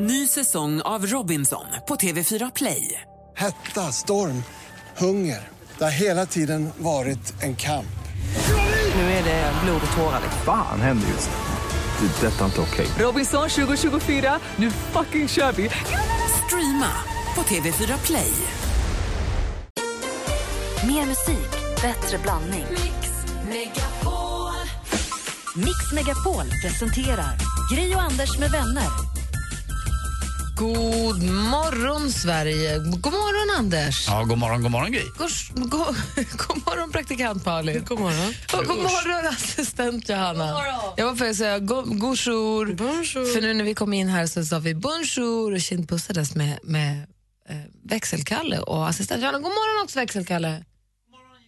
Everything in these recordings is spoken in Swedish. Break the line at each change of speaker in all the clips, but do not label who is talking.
Ny säsong av Robinson på TV4 Play.
Hetta, storm, hunger. Det har hela tiden varit en kamp.
Nu är det blod och tårar.
Fan händer just nu. Det. är Detta är inte okej.
Robinson 2024, nu fucking kör vi! Streama på TV4 Play.
Mer musik, bättre blandning. Mix Megapol presenterar Gri och Anders med vänner.
God morgon, Sverige. God morgon, Anders.
Ja, god morgon, god morgon Gry.
God, god, god morgon, praktikant Malin. God morgon. Och god morgon, assistent Johanna. Jag var för att säga god, bonjour. För nu när vi kom in här så sa vi bonjour och kindpussades med, med eh, växelkalle och assistent Johanna. God morgon också, växelkalle.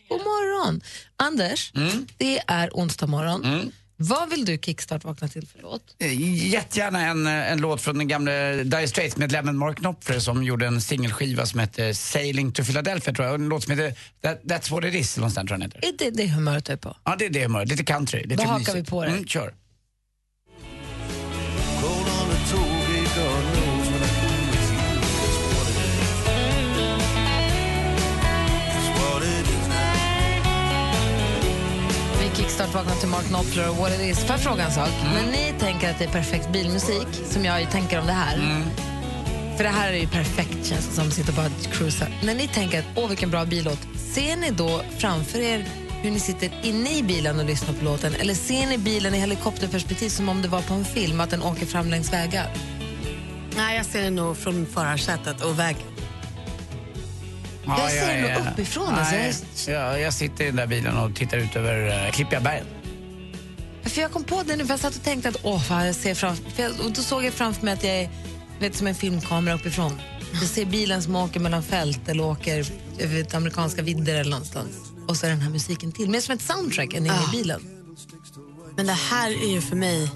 God morgon. Anders,
Mm.
det är onsdag morgon. Vad vill du kickstart-vakna till för låt?
Eh, Jättegärna en, eh, en låt från den gamle Dire Straits-medlemmen Mark Knopfler som gjorde en singelskiva som hette Sailing to Philadelphia tror jag. Och En låt som heter That, That's what it is, eller någonstans tror jag den heter.
Är det det humöret du är på?
Ja, det är det humöret. Lite country, lite
Då hakar
mysigt.
vi på det.
Mm, kör.
Vi kickstart-vaknar till Mark Knopfler och What It Is. Får jag fråga en sak? När ni tänker att det är perfekt bilmusik, som jag tänker om det här, för det här är ju perfekt känns det som, sitter och bara cruisar. När ni tänker att åh vilken bra billåt, ser ni då framför er hur ni sitter inne i bilen och lyssnar på låten eller ser ni bilen i helikopterperspektiv som om det var på en film, att den åker fram längs vägar?
Nej, jag ser det nog från förarsätet och vägen.
Ja,
Jag ser
är-
nog uppifrån, alltså.
Nej, jag, jag sitter i den där bilen och tittar ut över uh, Klippiga bergen.
För jag kom på det nu, för jag satt och tänkte att åh, fan, jag ser fram, för jag, och då såg jag framför mig att jag är vet, som en filmkamera uppifrån. Jag ser bilen som åker mellan fält eller åker över ett amerikanska vidder eller någonstans. Och så är den här musiken till. Mer som ett soundtrack än inne i bilen.
Men det här är ju för mig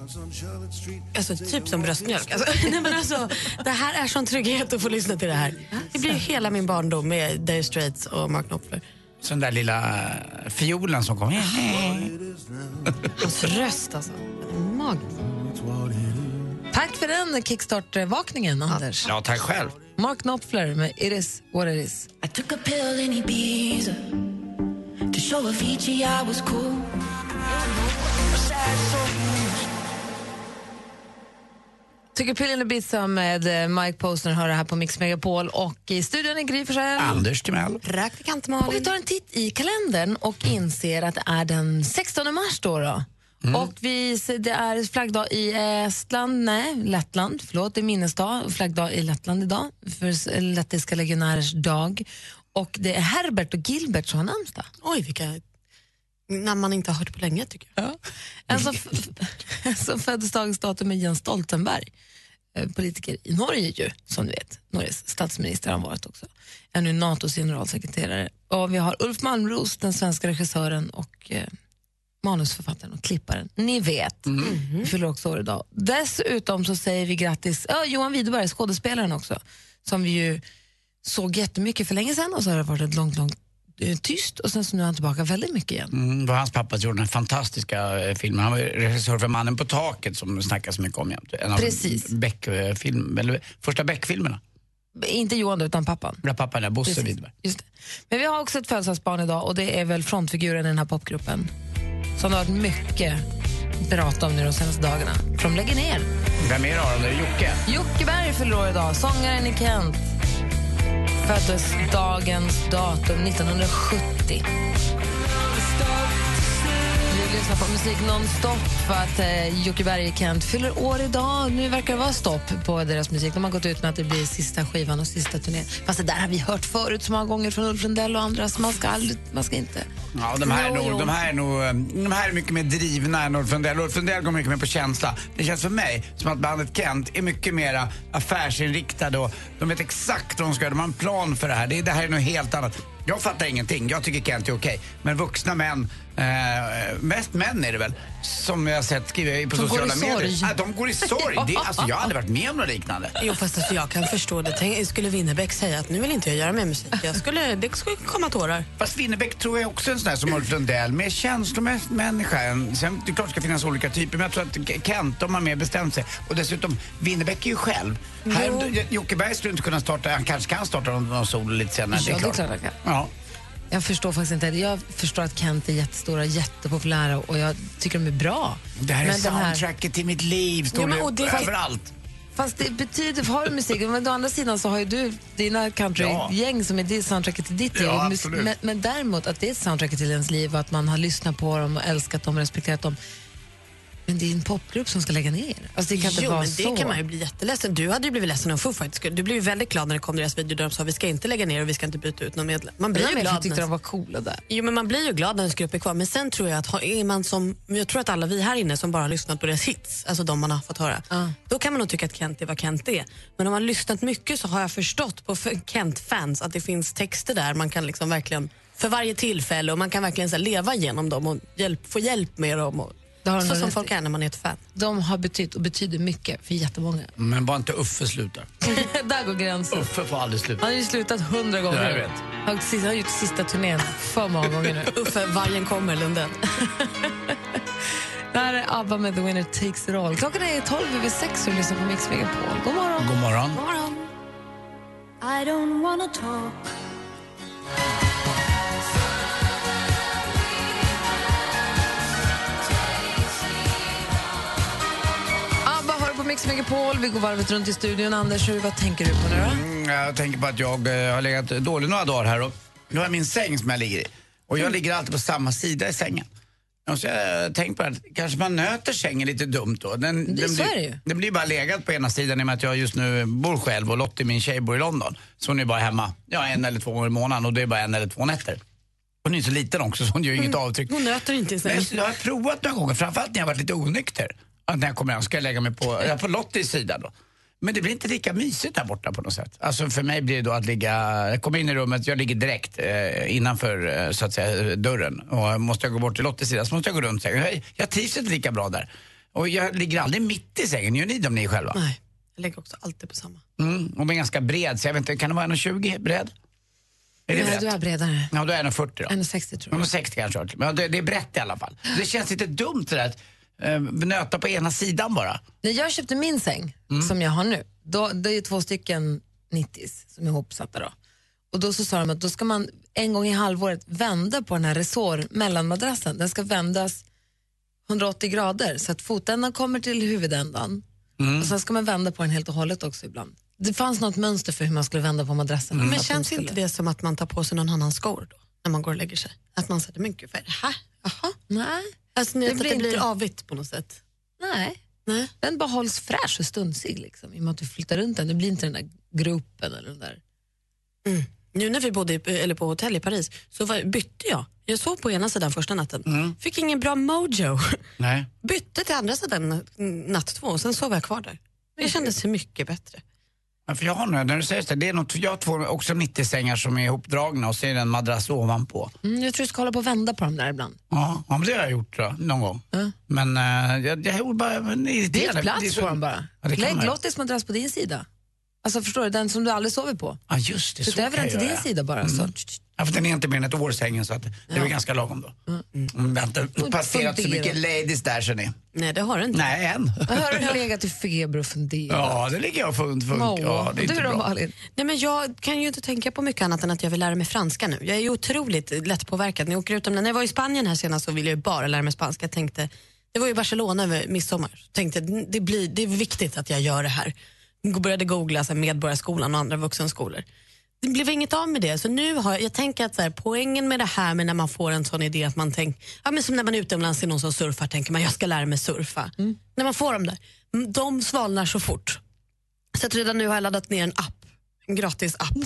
alltså, typ som bröstmjölk. Alltså, nej, men alltså, det här är sån trygghet att få lyssna till det här. Det blir ju hela min barndom med Dire Straits och Mark Knopfler.
Så den där lilla eh, fiolen som kom.
Hans röst alltså. Magiskt. Tack för den kickstart-vakningen, Anders.
Ja, tack själv.
Mark Knopfler med It is what it is.
I took a pill in Ibiza to show Avicii I was cool.
Tycker Pillen och Bitsa med eh, Mike Posner hör det här på Mix Megapol och i studion är Gry Forssell.
Anders Timell.
Praktikant
Och vi
Malin.
tar en titt i kalendern och inser att det är den 16 mars då. då. Och vi, det är flaggdag i Estland, nej, Lettland, förlåt, det är minnesdag, flaggdag i Lettland idag, för s- lettiska legionärers dag. Och det är Herbert och Gilbert som har namnsdag.
Oj, vilka namn man inte har hört på länge tycker jag.
En som, f- en som föddes dagens datum är Jens Stoltenberg, eh, politiker i Norge ju, som du vet. Norges statsminister har han varit också. Är nu Natos generalsekreterare. Och vi har Ulf Malmros, den svenska regissören och eh, manusförfattaren och klipparen. Ni vet, vi fyller också år idag. Dessutom så säger vi grattis ja, Johan Widerberg, skådespelaren också, som vi ju såg jättemycket för länge sedan och så har det varit ett långt, långt eh, tyst och sen så nu är han tillbaka väldigt mycket igen.
Mm, det var hans pappa som gjorde den här fantastiska eh, filmen. Han var ju regissör för Mannen på taket som det snackas så mycket om jämt. En av
Precis.
Beck, eh, film, eller, första Beck-filmerna.
Inte Johan då, utan pappan.
Där pappan där, Bosse
Precis.
Widerberg.
Just det. Men vi har också ett födelsedagsbarn idag och det är väl frontfiguren i den här popgruppen som det har varit mycket prat om nu de senaste dagarna. För de lägger ner.
Vem är det Aron? Det är Jocke.
Jocke Berg fyller år idag, sångaren i Kent. Föddes dagens datum 1970. Vi lyssnar på musik nonstop för att eh, Jocke Berg i Kent fyller år idag. Nu verkar det vara stopp på deras musik. De har gått ut med att det blir sista skivan och sista turnén. Fast det där har vi hört förut så många gånger från Ulf Lundell och andra så man ska, aldrig, man ska inte...
Ja, de här, är
Jo,
nog,
jo.
de, här är nog, eh, de här är mycket mer drivna än Ulf Lundell. Ulf Lundell går mycket mer på känsla. Det känns för mig som att bandet Kent är mycket mer affärsinriktade och de vet exakt vad de ska göra. De har en plan för det här. Det, det här är något helt annat. Jag fattar ingenting. Jag tycker Kent är okej. Men vuxna män Eh, mest män är det väl, som jag har sett skriva på
Som går i
sociala medier.
sorg.
Ah, de går i sorg. Det, är- alltså, jag har aldrig varit med om något liknande.
Jo, fast alltså, jag kan förstå det. Tänk, skulle Winnerbäck säga att nu vill inte jag göra mer musik. Jag skulle, det skulle komma tårar.
Fast Winnerbäck tror jag också är en sån där som Ulf Lundell, mer känslomässig människa. än- Sen, det är klart det ska finnas olika typer, men jag tror att K- Kent, de har mer bestämt sig. Och dessutom, Winnerbäck är ju själv. Här, Jocke Berg skulle inte kunna starta, han kanske kan starta någon, någon solo lite senare.
Ja, det är klart han kan.
Ja.
Jag förstår faktiskt inte. Jag förstår att Kent är jättestora, jättepopulära och jag tycker de är bra.
Det här är
Men den här-
soundtracket till mitt liv, står
Jo, men-
det
och det-
överallt.
Fast det betyder, har du musik, men å andra sidan så har ju du dina countrygäng som är det soundtracket till ditt liv.
Ja,
Och mus-
absolut.
men, men däremot att det är soundtracket till ens liv och att man har lyssnat på dem och älskat dem och respekterat dem. Men det är en popgrupp som ska lägga ner. Alltså det kan inte
jo,
vara
men det
så.
kan man ju bli jätteledsen. Du hade ju blivit ledsen om Foo Fighters skulle- Du blev ju väldigt glad när det kom deras video där de sa vi ska inte lägga ner och vi ska inte byta ut någon medlem. Man blir
jag
ju
vet, jag
glad.
tyckte
När...
de var coola där.
Jo, men man blir ju glad när ens grupp är kvar. Men sen tror jag att har- är man som, jag tror att alla vi här inne som bara har lyssnat på deras hits, alltså de man har fått höra,
Ja.
då kan man nog tycka att Kent är vad Kent är. Men om man har lyssnat mycket så har jag förstått på f- Kent-fans att det finns texter där man kan liksom verkligen, för varje tillfälle och man kan verkligen så här, leva genom dem och hjälp, få hjälp med dem. Och,
Det har de
så
nog
som
rätt
folk
i.
är när man är ett fan.
De har betytt och betyder mycket för jättemånga.
Men bara inte Uffe slutar.
där går gränsen.
Uffe får aldrig sluta.
Han har ju slutat hundra
Ja,
gånger.
jag vet.
Han har precis- han har gjort sista turnén för många gånger nu.
Uffe, vargen kommer, Lundell.
Det här är ABBA med The Winner Takes It All. Klockan är 12 över 6 och du lyssnar på Mix Megapol. God morgon!
God morgon.
I don't wanna talk.
ABBA har du på Mix Megapol. Vi går varvet runt i studion. Anders, hur- vad tänker du på nu då?
Mm, Jag tänker på att jag eh, har legat dålig några dagar här och nu har jag min säng som jag ligger i. Och
Mm.
jag ligger alltid på samma sida i sängen. Och så har jag tänkt på att kanske man nöter sängen lite dumt då. Den, den,
Det- så
blir,
är det ju.
den blir bara legat på ena sidan i och med att jag just nu bor själv och Lottie, min tjej, bor i London. Så hon är bara hemma ja, en eller två gånger i månaden och det är bara en eller två nätter. Hon är så liten också så hon gör ju
Mm.
inget avtryck.
Hon nöter inte i sig.
Men jag har provat några gånger, framförallt när jag varit lite onykter. Att när jag kommer hem ska jag lägga mig på, jag är på Lottis sida då. Men det blir inte lika mysigt där borta på något sätt. Alltså för mig blir det då att ligga, jag kommer in i rummet, jag ligger direkt eh, innanför eh, så att säga eh, dörren. Och måste jag gå bort till Lottis sida så måste jag gå runt sängen. Jag, jag trivs inte lika bra där. Och jag ligger aldrig mitt i sängen, gör ni det om ni är själva?
Nej, jag lägger också alltid på samma.
Mm, och är ganska bred, så jag vet inte, kan det vara 1,20 bred? Är det
Nej,
brett?
du är bredare.
Ja, då är jag 1,40 då.
1,60 tror jag.
160 kanske jag har. Men det, det är brett i alla fall. Det känns lite dumt det där att eh, nöta på ena sidan bara.
När jag köpte min säng, som jag har nu, då, det är ju två stycken 90s som är ihopsatta då. Och då så sa de att då ska man en gång i halvåret vända på den här resår mellanmadrassen. Den ska vändas 180 grader så att fotändan kommer till huvudändan. Och sen ska man vända på den helt och hållet också ibland. Det fanns något mönster för hur man skulle vända på madrassen.
Men
Att de
känns
skulle-
inte det som att man tar på sig någon annans skor då? När man går och lägger sig? Att man säger, men gud, vad är det här? Jaha.
Nej,
Alltså, ni
Det
vet att
blir
det blir
inte-
avigt på något sätt.
nej.
Nej.
Den bara hålls fräsch och stunsig liksom, i och med att du flyttar runt den. Det blir inte den där gropen eller den där.
Nu när vi bodde i, eller på hotell i Paris så var, bytte jag. Jag sov på ena sidan första natten. Fick ingen bra mojo.
Nej.
Bytte till andra sidan na- natt två och sen sov jag kvar där. Det kändes mycket bättre.
Ja, för jag har nu, när du säger så, det är något, jag har två också 90-sängar som är ihopdragna och så är det en madrass ovanpå.
Mm, jag tror du ska hålla på och vända på dem där ibland.
Ja, ja, men det har jag gjort då, någon gång. Men eh, jag, jag gjorde bara men
Det
irriterad.
är plats
Det är så-
på dem bara.
Ja, det kan
Lägg
man ju.
Lottis madrass på din sida. Alltså förstår du, den som du aldrig sover på.
Ja, just det. Så
Flytta över
kan
den till
jag
din
göra. Mm.
sida bara. alltså. Så.
Ja, för den är inte mer än ett år sängen så att det är väl ganska lagom då. Mm. Jag har inte passerat så
fundera.
mycket ladies där sen är.
Nej, det har det inte.
Nej, än.
Jag hör du legat i feber och funderat.
Ja, det ligger jag och fun, funk.
Åh,
Ja, det är inte
du då
bra.
Malin?
Nej, men jag kan ju inte tänka på mycket annat än att jag vill lära mig franska nu. Jag är ju otroligt lättpåverkad. När jag, åker utomlands. när jag var i Spanien här senast så ville jag ju bara lära mig spanska. Jag tänkte, det var ju Barcelona över midsommar. Jag tänkte det, blir, det är viktigt att jag gör det här. Jag började googla så här, Medborgarskolan och andra vuxenskolor. Det blev inget av med det. Så nu har jag, jag tänker att så här, poängen med det här med när man får en sån idé att man tänker, ja, men som när man är utomlands och någon som surfar tänker man jag ska lära mig surfa. När man får dem där, mm, de svalnar så fort. Så att redan nu har jag laddat ner en app. En gratis app.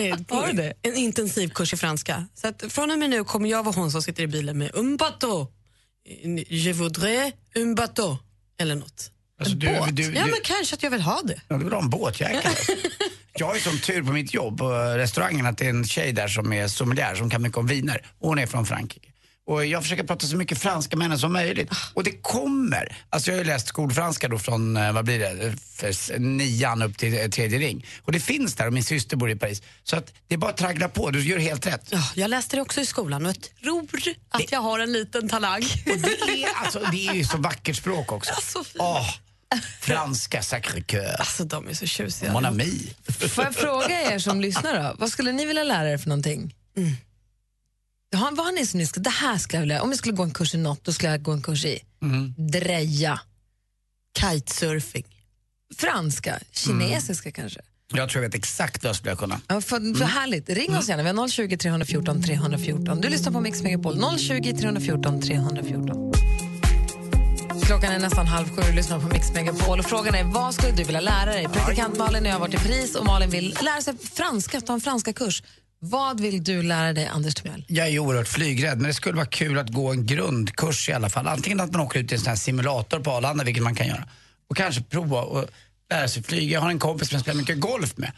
Eh, på-
Har du det?
En intensiv kurs i franska. Så att från och med nu kommer jag vara hon som sitter i bilen med un bateau. Eh, Je voudrais un bateau. Eller något.
Alltså, du-
Båt.
du-
ja,
du-
men kanske att jag vill ha det.
Ja, det är bra en båtjäkel. alltså. Jag har ju sån tur på eh, mitt jobb, på restaurangen, att det är en tjej där som är sommelier som kan mycket om viner. Och hon är från Frankrike. Och jag försöker prata så mycket franska med henne som
Ah.
möjligt. Och det kommer. Alltså jag har ju läst skolfranska då från, eh, vad blir det, för s- nian upp till eh, tredje ring. Och det finns där och min syster bor i Paris. Så att det är bara att traggla på, du gör helt rätt.
Ja, jag läste det också i skolan och jag tror att jag har en liten talang.
Och det är, alltså, det är ju så vackert språk också.
Så fint.
Åh, franska sacré-cœur.
Alltså de är så tjusiga.
Mon ami.
Får jag fråga er som lyssnar då? Vad skulle ni vilja lära er för någonting?
Mm.
Har- Vad har ni som ni ska, det här ska jag vilja, om jag skulle gå en kurs i något, då skulle jag gå en kurs i
Mm.
dreja,
Kitesurfing.
franska, kinesiska kanske.
Jag tror jag vet exakt vad jag skulle kunna.
Ja, för, för härligt. Ring oss gärna. Vi har 020 314 314. Du lyssnar på Mix Megapol. 020 314 314. Klockan är nästan halv sju och du lyssnar på Mix Megapol. Och frågan är, vad skulle du vilja lära dig? Praktikant Malin och jag har varit i Paris och Malin vill lära sig franska, ta en franska kurs. Vad vill du lära dig, Anders Timell?
Jag är oerhört flygrädd, men det skulle vara kul att gå en grundkurs i alla fall. Antingen att man åker ut i en sån här simulator på Arlanda, vilket man kan göra. Och kanske prova att lära sig flyga. Jag har en kompis som jag spelar mycket golf med.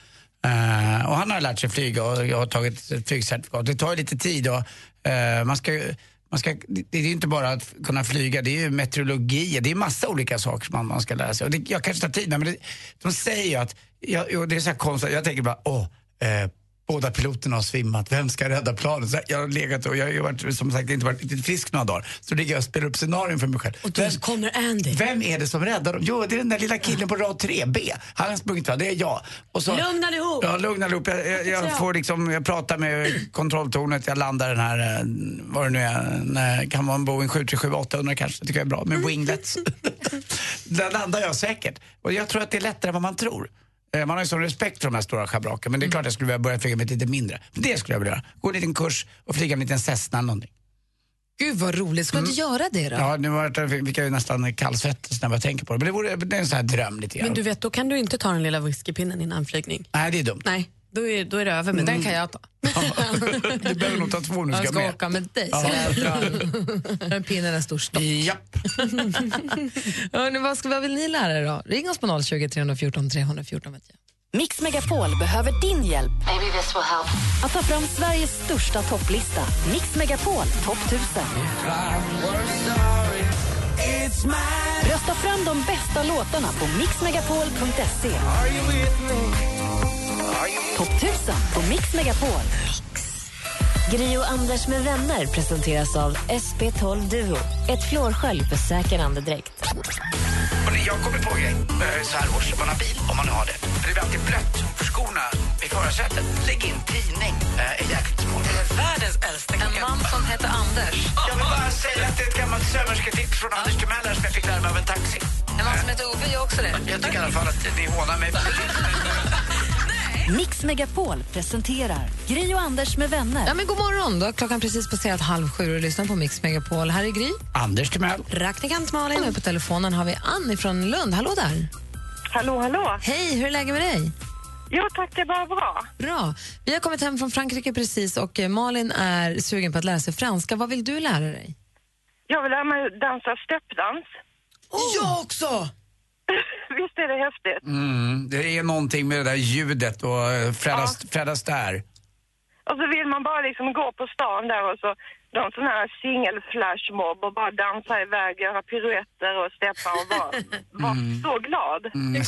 Eh, och han har lärt sig flyga och jag har tagit ett flygcertifikat. Det tar ju lite tid och eh, man ska ju- man ska, det det är ju inte bara att kunna flyga, det är ju meteorologi, det är massa olika saker som man, man ska lära sig. Och det, jag kanske tar tid med, men det, de säger ju att, jag, jo, det är så här konstigt, jag tänker bara, åh, eh, båda piloterna har svimmat, vem ska rädda planet? Så här, jag har legat och jag har ju varit, som sagt inte varit riktigt frisk några dagar, så ligger jag och spelar upp scenarion för mig själv.
Och då
Vem-
kommer Andy.
vem är det som räddar dem? Jo, det är den där lilla killen på rad 3B. Han har sprungit va? Det är jag. Och så,
Lugn allihop!
Ja, lugna allihop. Jag, jag, jag, får liksom, jag pratar med kontrolltornet, jag landar den här, eh, vad det nu är, en, eh, kan vara en Boeing 737-800 kanske, det tycker jag är bra, med winglets. Där landar jag säkert. Och jag tror att det är lättare än vad man tror. Eh, Man har ju sån respekt för de här stora schabraken, men det är klart jag skulle vilja börja flyga med ett lite mindre. Men Det skulle jag vilja göra. Gå en liten kurs och flyga med en liten Cessna eller någonting.
Gud vad roligt. Ska du inte göra det då?
Ja, nu var det, fick jag ju nästan kallsvettas när jag tänker på det. Men det, vore, det är en sån här dröm lite grann.
Men du vet, då kan du inte ta den lilla whiskypinnen innan flygning.
Nej, det är dumt.
Nej, då är, då är det över med
Den
det.
kan jag ta.
du behöver nog ta två nu
Jag
ska
ska
jag
åka med dig.
Ja.
Den pinnen är en stor stopp.
med. Japp.
Hörrni, vad, ska, vad vill ni lära er då? Ring oss på 020 314 314. Vet jag.
Mix Megapol behöver din hjälp. Att ta fram Sveriges största topplista. Mix Megapol topp 1000. Rösta fram de bästa låtarna på mixmegapol.se. Topp 1000 på Mix Megapol. Gri och Anders med vänner presenteras av SP12 Duo. Ett flårskölj för säker andedräkt.
Hörrni, Jag kommer på en grej eh, så här års, om man har bil, om man nu har det. För det blir alltid blött för skorna i förarsätet. Lägg in tidning, eh, är jäkligt smart.
En man som heter Anders.
Jag vill bara säga att det är ett gammalt sömmersketips från Anders Timell här som jag fick lära mig av en taxi. Eh.
En man som heter Ove gör också det.
Jag tycker i alla fall att ni hånar mig.
Mix Megapol presenterar Gri och Anders med vänner.
Ja, men god morgon. Då. har Klockan precis passerat halv sju och lyssnar på Mix Megapol. Här är Gry.
Anders Timell.
Praktikant Malin. Och med på telefonen har vi Ann från Lund. Hallå där.
Hallå, hallå.
Hej, hur är läget med dig?
Jo tack, det är bara bra.
Bra. Vi har kommit hem från Frankrike precis och eh, Malin är sugen på att lära sig franska. Vad vill du lära dig?
Jag vill lära mig dansa steppdans.
Oh. Jag också!
Visst är det häftigt?
Mm, det är någonting med det där ljudet och eh, Fredda, Fredda Stair.
Och så vill man bara liksom gå på stan där och så någon sån här singel-flashmob och bara dansa iväg, göra piruetter och steppa och vara
Mm.
vara så glad.
Mm.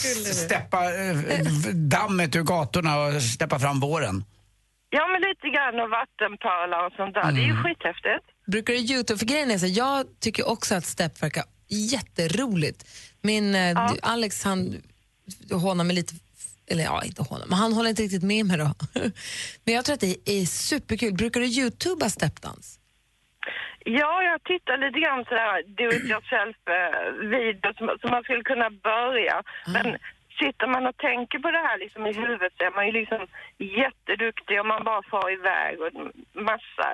Steppa eh, v- dammet ur gatorna och steppa fram våren.
Ja, men lite grann och vattenpölar och sånt där. Det
Mm.
är ju skithäftigt.
Brukar du Youtube? För grejen är så, här, jag tycker också att step verkar jätteroligt. Min eh, du, Alex han hånar mig lite, eller ja inte hånar, men han håller inte riktigt med mig då. men jag tror att det är superkul. Brukar du Youtuba steppdans?
Ja, jag tittar lite grann sådär do it yourself-videor som, som man skulle kunna börja. Men sitter man och tänker på det här liksom i huvudet så är man ju liksom jätteduktig och man bara far iväg och massa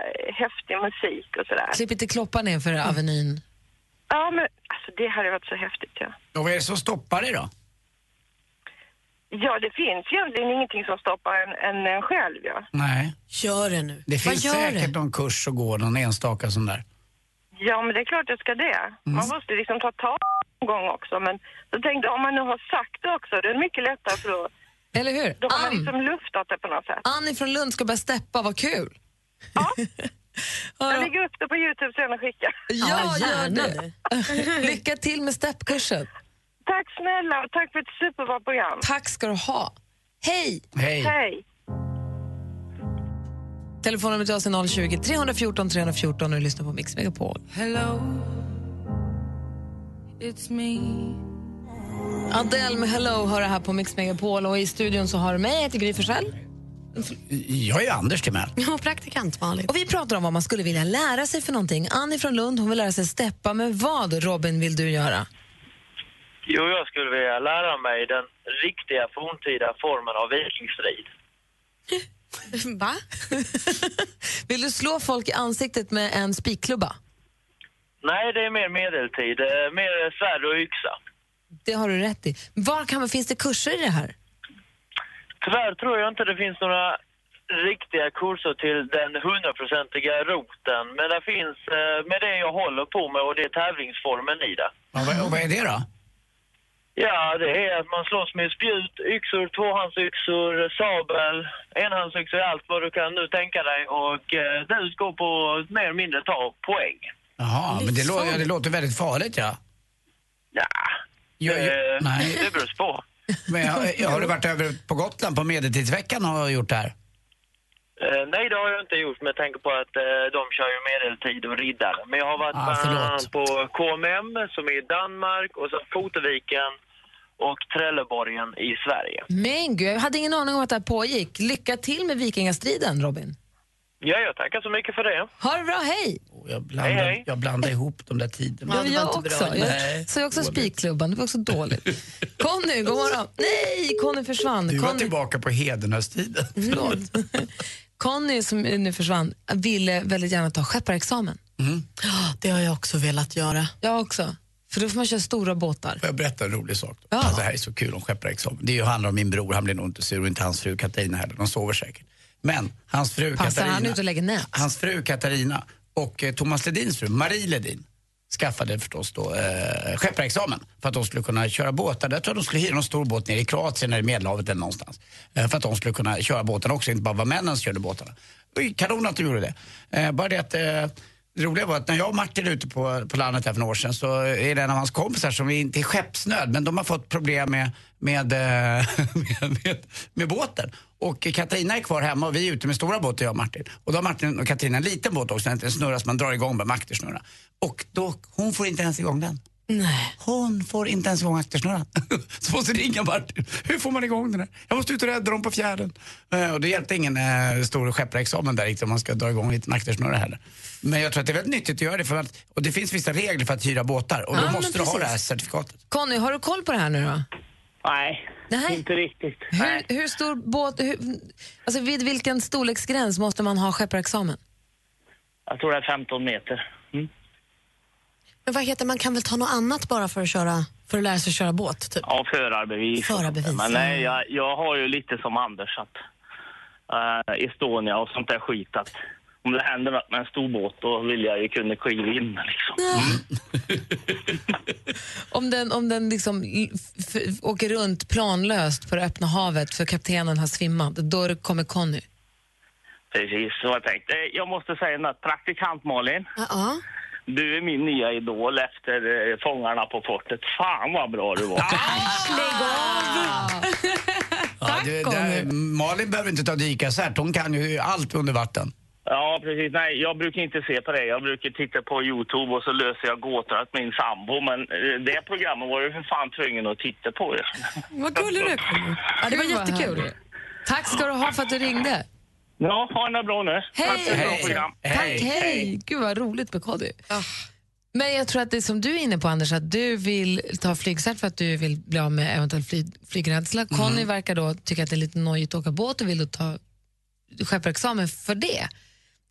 häftig musik och sådär.
Klipp inte kloppa ner för Avenyn.
Ja, men alltså det hade varit så häftigt ja.
Och vad är det som stoppar dig då?
Ja, det finns egentligen ingenting som stoppar en, en, en själv ja.
Nej.
Gör det nu.
Det
Vad
finns
gör
säkert
det?
någon kurs att gå, någon enstaka sån där.
Ja, men det är klart jag ska det. Man måste liksom ta tag någon gång också. Men så tänkte jag, om man nu har sagt det också, det är mycket lättare för då,
Eller hur?
då har man
Ann,
liksom luftat det på något sätt.
Ann från Lund ska börja steppa, vad kul!
Ja,
Jag lägger upp det på Youtube sen och skickar.
Ja, gör
gärna
det. Lycka till med steppkursen.
Tack snälla och tack för ett superbra program.
Tack ska du ha. Hej!
Hej.
Hej!
Telefonnumret till oss är 020 314 314 och du lyssnar på Mix Megapol. Adele med Hello hör det här på Mix Megapol och i studion så har du mig, jag heter Gry Forssell.
Jag är Anders Timell.
Ja, praktikant Malin.
Och vi pratar om vad man skulle vilja lära sig för någonting. Annie från Lund, hon vill lära sig steppa, men vad Robin vill du göra?
Jo, jag skulle vilja lära mig den riktiga forntida formen av vikingstrid.
Va?
Vill du slå folk i ansiktet med en spikklubba?
Nej, det är mer medeltid. eh, Mer svärd och yxa.
Det har du rätt i. Var kan man, finns det kurser i det här?
Tyvärr tror jag inte det finns några riktiga kurser till den hundraprocentiga roten. Men det finns eh, med det jag håller på med och det är tävlingsformen i det.
Och vad, och vad är det då?
Ja, det är att man slåss med spjut, yxor, tvåhandsyxor, sabel, enhandsyxor, allt vad du kan nu tänka dig. Och eh, det utgår på att mer eller mindre ta poäng.
Jaha, men det, lå, ja, det låter väldigt farligt ja.
Ja,
Jag,
eh,
jag, nej,
det beror på.
men jag, jag, har du varit över på Gotland på medeltidsveckan och gjort det här?
Eh, nej, det har jag inte gjort med tanke på att eh, de kör ju medeltid och riddare. Men jag har varit
Ah,
bland
förlåt.
annat på KMM som är i Danmark och så Foteviken och Trelleborgen i Sverige.
Men gud, jag hade ingen aning om att det här pågick. Lycka till med vikingastriden, Robin.
Ja, jag tackar så mycket för det.
Ha det bra, hej!
Och Jag blandar,
Hej, hej.
jag blandar ihop de där tiderna.
Ja,
det var
jag
inte
också.
bra.
Jag
Nej,
sa ju också
dåligt.
spikklubban, det var också dåligt. Conny, god morgon. Nej, Conny försvann.
Du var
Conny,
tillbaka på hedenhöstiden.
Mm. förlåt. Conny som nu försvann ville väldigt gärna ta skepparexamen.
Det har jag också velat göra.
Jag också. För då får man köra stora båtar.
Får jag berätta en rolig sak? Då?
Ja.
Alltså, det här är så kul om skepparexamen. Det är ju- handlar om min bror, han blir nog inte sur, och inte hans fru Katarina heller. De sover säkert. Men hans fru
Passar
Katarina...
han ut och lägger nät?
Hans fru Katarina och eh, Thomas Ledins fru, Marie Ledin, skaffade förstås då eh, skepparexamen för att de skulle kunna köra båtar. Jag tror de skulle hyra någon stor båt nere i Kroatien eller i Medelhavet eller någonstans. Eh, för att de skulle kunna köra båtarna också, inte bara vara männen som körde båtarna. Det var ju Kanon att de gjorde det. Eh, bara det att eh, det roliga var att när jag och Martin är ute på, på landet här för några år sedan så är det en av hans kompisar som är inte är skeppsnöd men de har fått problem med, med, eh, med, med, med båten. Och Katarina är kvar hemma och vi är ute med stora båten jag och Martin. Och då har Martin och Katarina en liten båt också, en snurra som man drar igång med aktersnurra. Och då, hon får inte ens igång den.
Nej.
Hon får inte ens igång aktersnurran. Så måste jag ringa Martin. Hur får man igång den här? Jag måste ut och rädda dem på fjärden. Eh, och det hjälpte ingen eh, stor skepparexamen där riktigt om man ska dra igång en liten aktersnurra heller. Men jag tror att det är väldigt nyttigt att göra det. För att, och det finns vissa regler för att hyra båtar och då
Ja, men
måste du ha
precis.
det här certifikatet.
Conny, har du koll på det här nu då?
Nej,
Nej.
inte riktigt. Nej.
Hur, hur stor båt, hur, alltså vid vilken storleksgräns måste man ha skepparexamen?
Jag tror det är 15 meter. Mm.
Men vad heter man kan väl ta något annat bara för att, köra, för att lära sig köra båt? Typ.
Ja, förarbevis.
Förarbevis,
Men
ja.
nej, jag, jag har ju lite som Anders att eh, Estonia och sånt där skit att om det händer något med en stor båt då vill jag ju kunna kliva in liksom.
Om den, om den liksom l- f- f- åker runt planlöst på det öppna havet för kaptenen har svimmat, då kommer Conny.
Precis, så jag tänkte. Eh, Jag måste säga något. Praktikant Malin,
Ja, ja.
du är min nya idol efter eh, Fångarna på fortet. Fan vad bra du
Ah!
var!
Ja, det, det, Malin behöver inte ta dykassert, hon kan ju allt under vatten.
Ja, precis. Nej, jag brukar inte se på det. Jag brukar titta på Youtube och så löser jag gåtor åt min sambo. Men eh, det programmet var du för fan tvungen att titta på. ju.
Vad gullig du är, Conny. Ja, Det var
Gud, vad
jättekul.
härligt. Tack ska du ha för att du ringde.
Ja, ha det bra nu. Tack för ett bra program.
Tack, hej! Gud vad roligt med Conny.
Ah.
Men jag tror att det som du är inne på Anders, att du vill ta flygcert för att du vill bli av med eventuell fly, flygrädsla.
Mhm.
Conny verkar då tycka att det är lite nojigt att åka båt och vill då ta skepparexamen för det.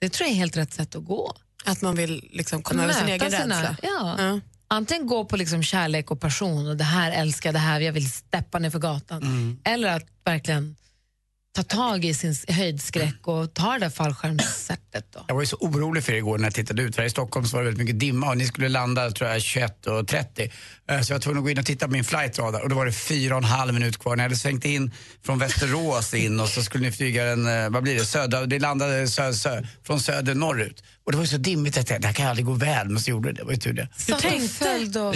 Det tror jag är helt rätt sätt att gå.
Att man vill liksom komma över sin
Möta
egen
sina-
rädsla.
Ja.
Ja.
Antingen gå på liksom kärlek och
Mm.
passion och det här älskar jag, det här, jag vill steppa ner för gatan. Eller att verkligen ta tag i sin s- höjdskräck
Mm.
och ta det där fallskärmssättet då?
Jag var ju så orolig för er igår när jag tittade ut. För här i Stockholm så var det väldigt mycket dimma och ni skulle landa tror jag 21.30. Eh, Så jag var tvungen att gå in och titta på min flightradar och då var det fyra och en halv minut kvar. När jag hade svängt in från Västerås in och så skulle ni flyga den, eh, vad blir det, södra, det landade sö, sö, från söder norrut. Och det var ju så dimmigt att jag tänkte, det här kan aldrig gå väl. Men så gjorde det, det var ju tur det.
Du tänkte?
då
Ja,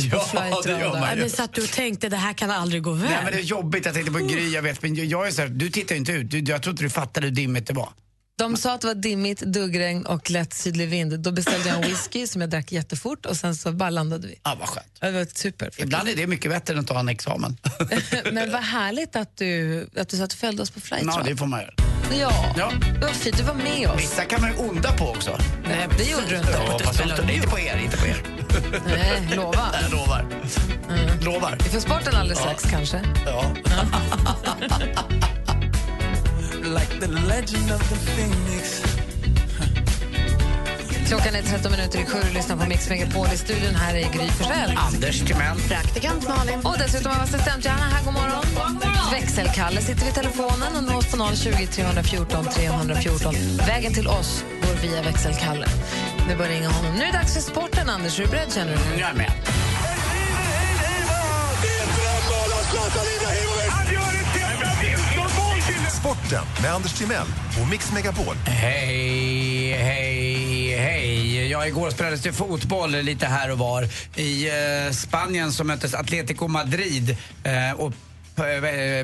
det gör man ju.
Nej, men satt du och tänkte det här kan aldrig gå väl?
Nej men det är jobbigt, jag tänkte på Gry, jag vet. Men jag- jag är så här, du tittar ju inte ut. Du, jag tror inte du fattade hur dimmigt det var.
De sa att det var dimmigt, duggregn och lätt sydlig vind. Då beställde jag en whisky som jag drack jättefort och sen så bara landade vi.
Ja, vad skönt.
Det var super.
Ibland är det mycket bättre än att ta en examen.
Men vad härligt att du, att du satt och följde oss på flight.
Ja,
tror
det
jag.
får man göra.
ja.
Ja.
det var fint. Du var med oss.
Vissa kan man ju onda på också.
Nej, det gjorde du inte.
Ja, fast inte, inte på er, inte på er.
Nej, lova.
Jag lovar. Lovar.
Vi får sporten alldeles strax kanske.
Ja.
Like the legend of the phoenix.
Klockan är 13 minuter i sju och lyssnar på Mix Megapol i studion. Här är Gry Forssell.
Anders Timell.
Praktikant Malin.
Och dessutom har vi assistent Johanna här, god morgon. Växelkalle sitter vid telefonen och nås på 020 314 314. Vägen till oss går via växelkalle. Nu börjar ringa honom. Nu är det dags för sporten, Anders. Är du beredd känner du?
Nu är jag med.
Sporten med Anders Timell och Mix Megapol.
Hej, hej, hej. Ja, igår spelades det fotboll lite här och var. I eh, Spanien så möttes Atletico Madrid eh, och eh,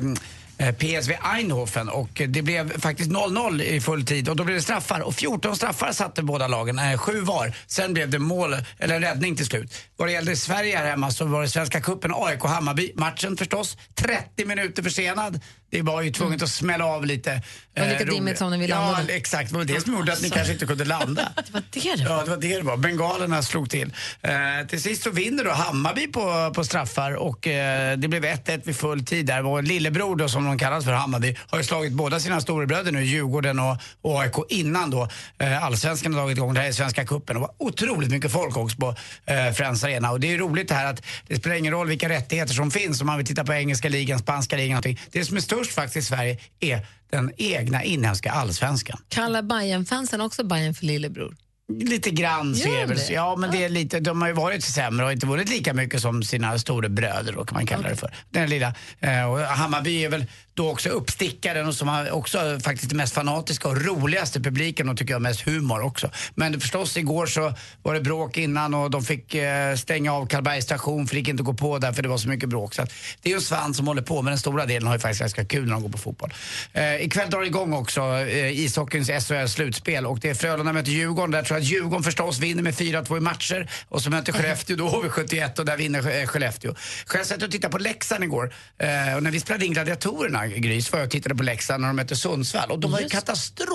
eh, PSV Eindhoven och det blev faktiskt 0-0 i full tid och då blev det straffar och 14 straffar satte båda lagen, eh, sju var. Sen blev det mål, eller en räddning till slut. Vad det gällde Sverige här hemma så var det Svenska Cupen AIK-Hammarby, matchen förstås, 30 minuter försenad. Det var ju tvunget att smälla av lite.
var lika
eh,
dimmigt
roligt.
som när vi
Ja,
landade.
Exakt, det var det som gjorde att ni kanske inte kunde landa.
Det var det det var.
Ja, det var det det var. Bengalerna slog till. Eh, till sist så vinner då Hammarby på, på straffar och eh, det blev 1-1 vid full tid där. Vår lillebror då, som de kallas för, Hammarby, har ju slagit båda sina storebröder nu, Djurgården och, och AIK, innan då eh, allsvenskan har dragit igång. Det här är Svenska cupen. Det var otroligt mycket folk också på eh, Friends Arena. Och det är ju roligt det här att det spelar ingen roll vilka rättigheter som finns om man vill titta på engelska ligan, spanska ligan och någonting. Det som är störst faktiskt i Sverige är den egna inhemska allsvenskan.
Kallar Bayern-fansen också Bayern för lillebror?
Lite grann så
Gör
är det väl
det?
så. Ja, men det är lite, de har ju varit sämre och inte vunnit lika mycket som sina storebröder då kan man kalla det för. Den lilla. Eh, och Hammarby är väl då också uppstickaren och som har också faktiskt den mest fanatiska och roligaste publiken och tycker jag mest humor också. Men förstås igår så var det bråk innan och de fick eh, stänga av Karlbergs station för det gick inte att gå på där för det var så mycket bråk. Så att det är ju en svans som håller på men den stora delen har ju faktiskt ganska kul när de går på fotboll. Eh, ikväll drar det igång också eh, ishockeyns SHL-slutspel och det är Frölunda möter Djurgården. Där tror jag att Djurgården förstås vinner med 4-2 i matcher och så möter Skellefteå då HV71 och där vinner Ske- eh, Skellefteå. Själv satt jag och tittade på Leksand igår eh, och när vi spelade in Gladiatorerna, Gry, så var jag och tittade på Leksand när de mötte Sundsvall och de var ju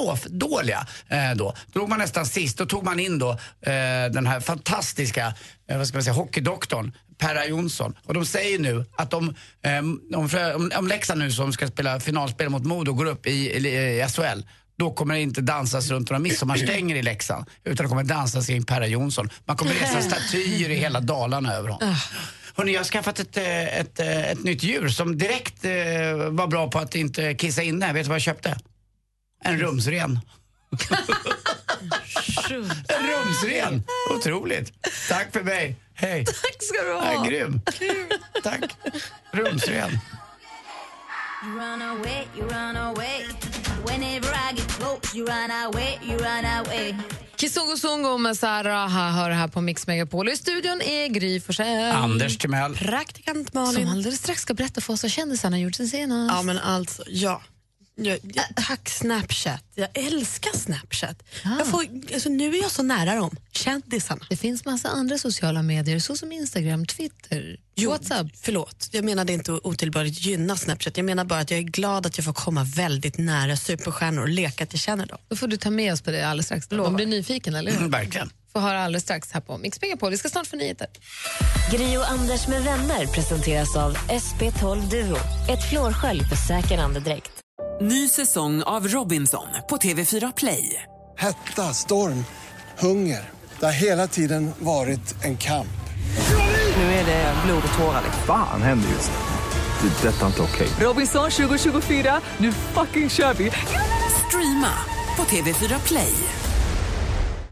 katastrofdåliga eh, då. Då låg man nästan sist. Då tog man in då eh, den här fantastiska eh, vad ska man säga, hockeydoktorn Perra Jonsson. Och de säger nu att om, ehm, om, Frö- om, om Leksand nu som ska spela finalspel mot Modo går upp i, i, i SHL då kommer det inte dansas runt några midsommarstänger i Leksand utan det kommer dansas kring Perra Jonsson. Man kommer resa statyer i hela Dalarna över honom. Hörrni, jag har skaffat ett, eh, ett, eh, ett nytt djur som direkt eh, var bra på att inte kissa inne. Vet du vad jag köpte? En rumsren. en rumsren! Otroligt. Tack för mig. Hej.
Tack ska du
Ja,
ha!
grym. Tack. Rumsren.
You run away, you run away. Whenever I get close, you run away, you run away.
Kizungu Sungu med Saraha hör här på Mix Megapol. Och I studion är Gry Forssell.
Anders Timell.
Praktikant
Som
Malin.
alldeles strax ska berätta för oss vad kändisarna gjort sen senast.
Ja men alltså, ja. Jag, jag, tack Snapchat. Jag älskar Snapchat. Jag får, alltså, nu är jag så nära dem, kändisarna.
Det finns massa andra sociala medier såsom Instagram, Twitter,
Jo,
Whatsapp.
Förlåt, jag menade inte att otillbörligt gynna Snapchat. Jag menar bara att jag är glad att jag får komma väldigt nära superstjärnor och leka att jag känner dem.
Då får du ta med oss på det alldeles strax. Om du är nyfiken, eller hur?
Verkligen.
Får höra alldeles strax här på Mix Megapol. Vi ska snart få nyheter.
Gri och Anders med vänner presenteras av SP12 Duo. Ett flårskölj för säker andedräkt.
Ny säsong av Robinson på TV4 Play.
Hetta, storm, hunger. Det har hela tiden varit en kamp.
Nu är det blod och tårar. liksom.
Fan händer just det. Det är detta inte okej.
Robinson 2024, nu fucking kör vi! Streama på TV4 Play.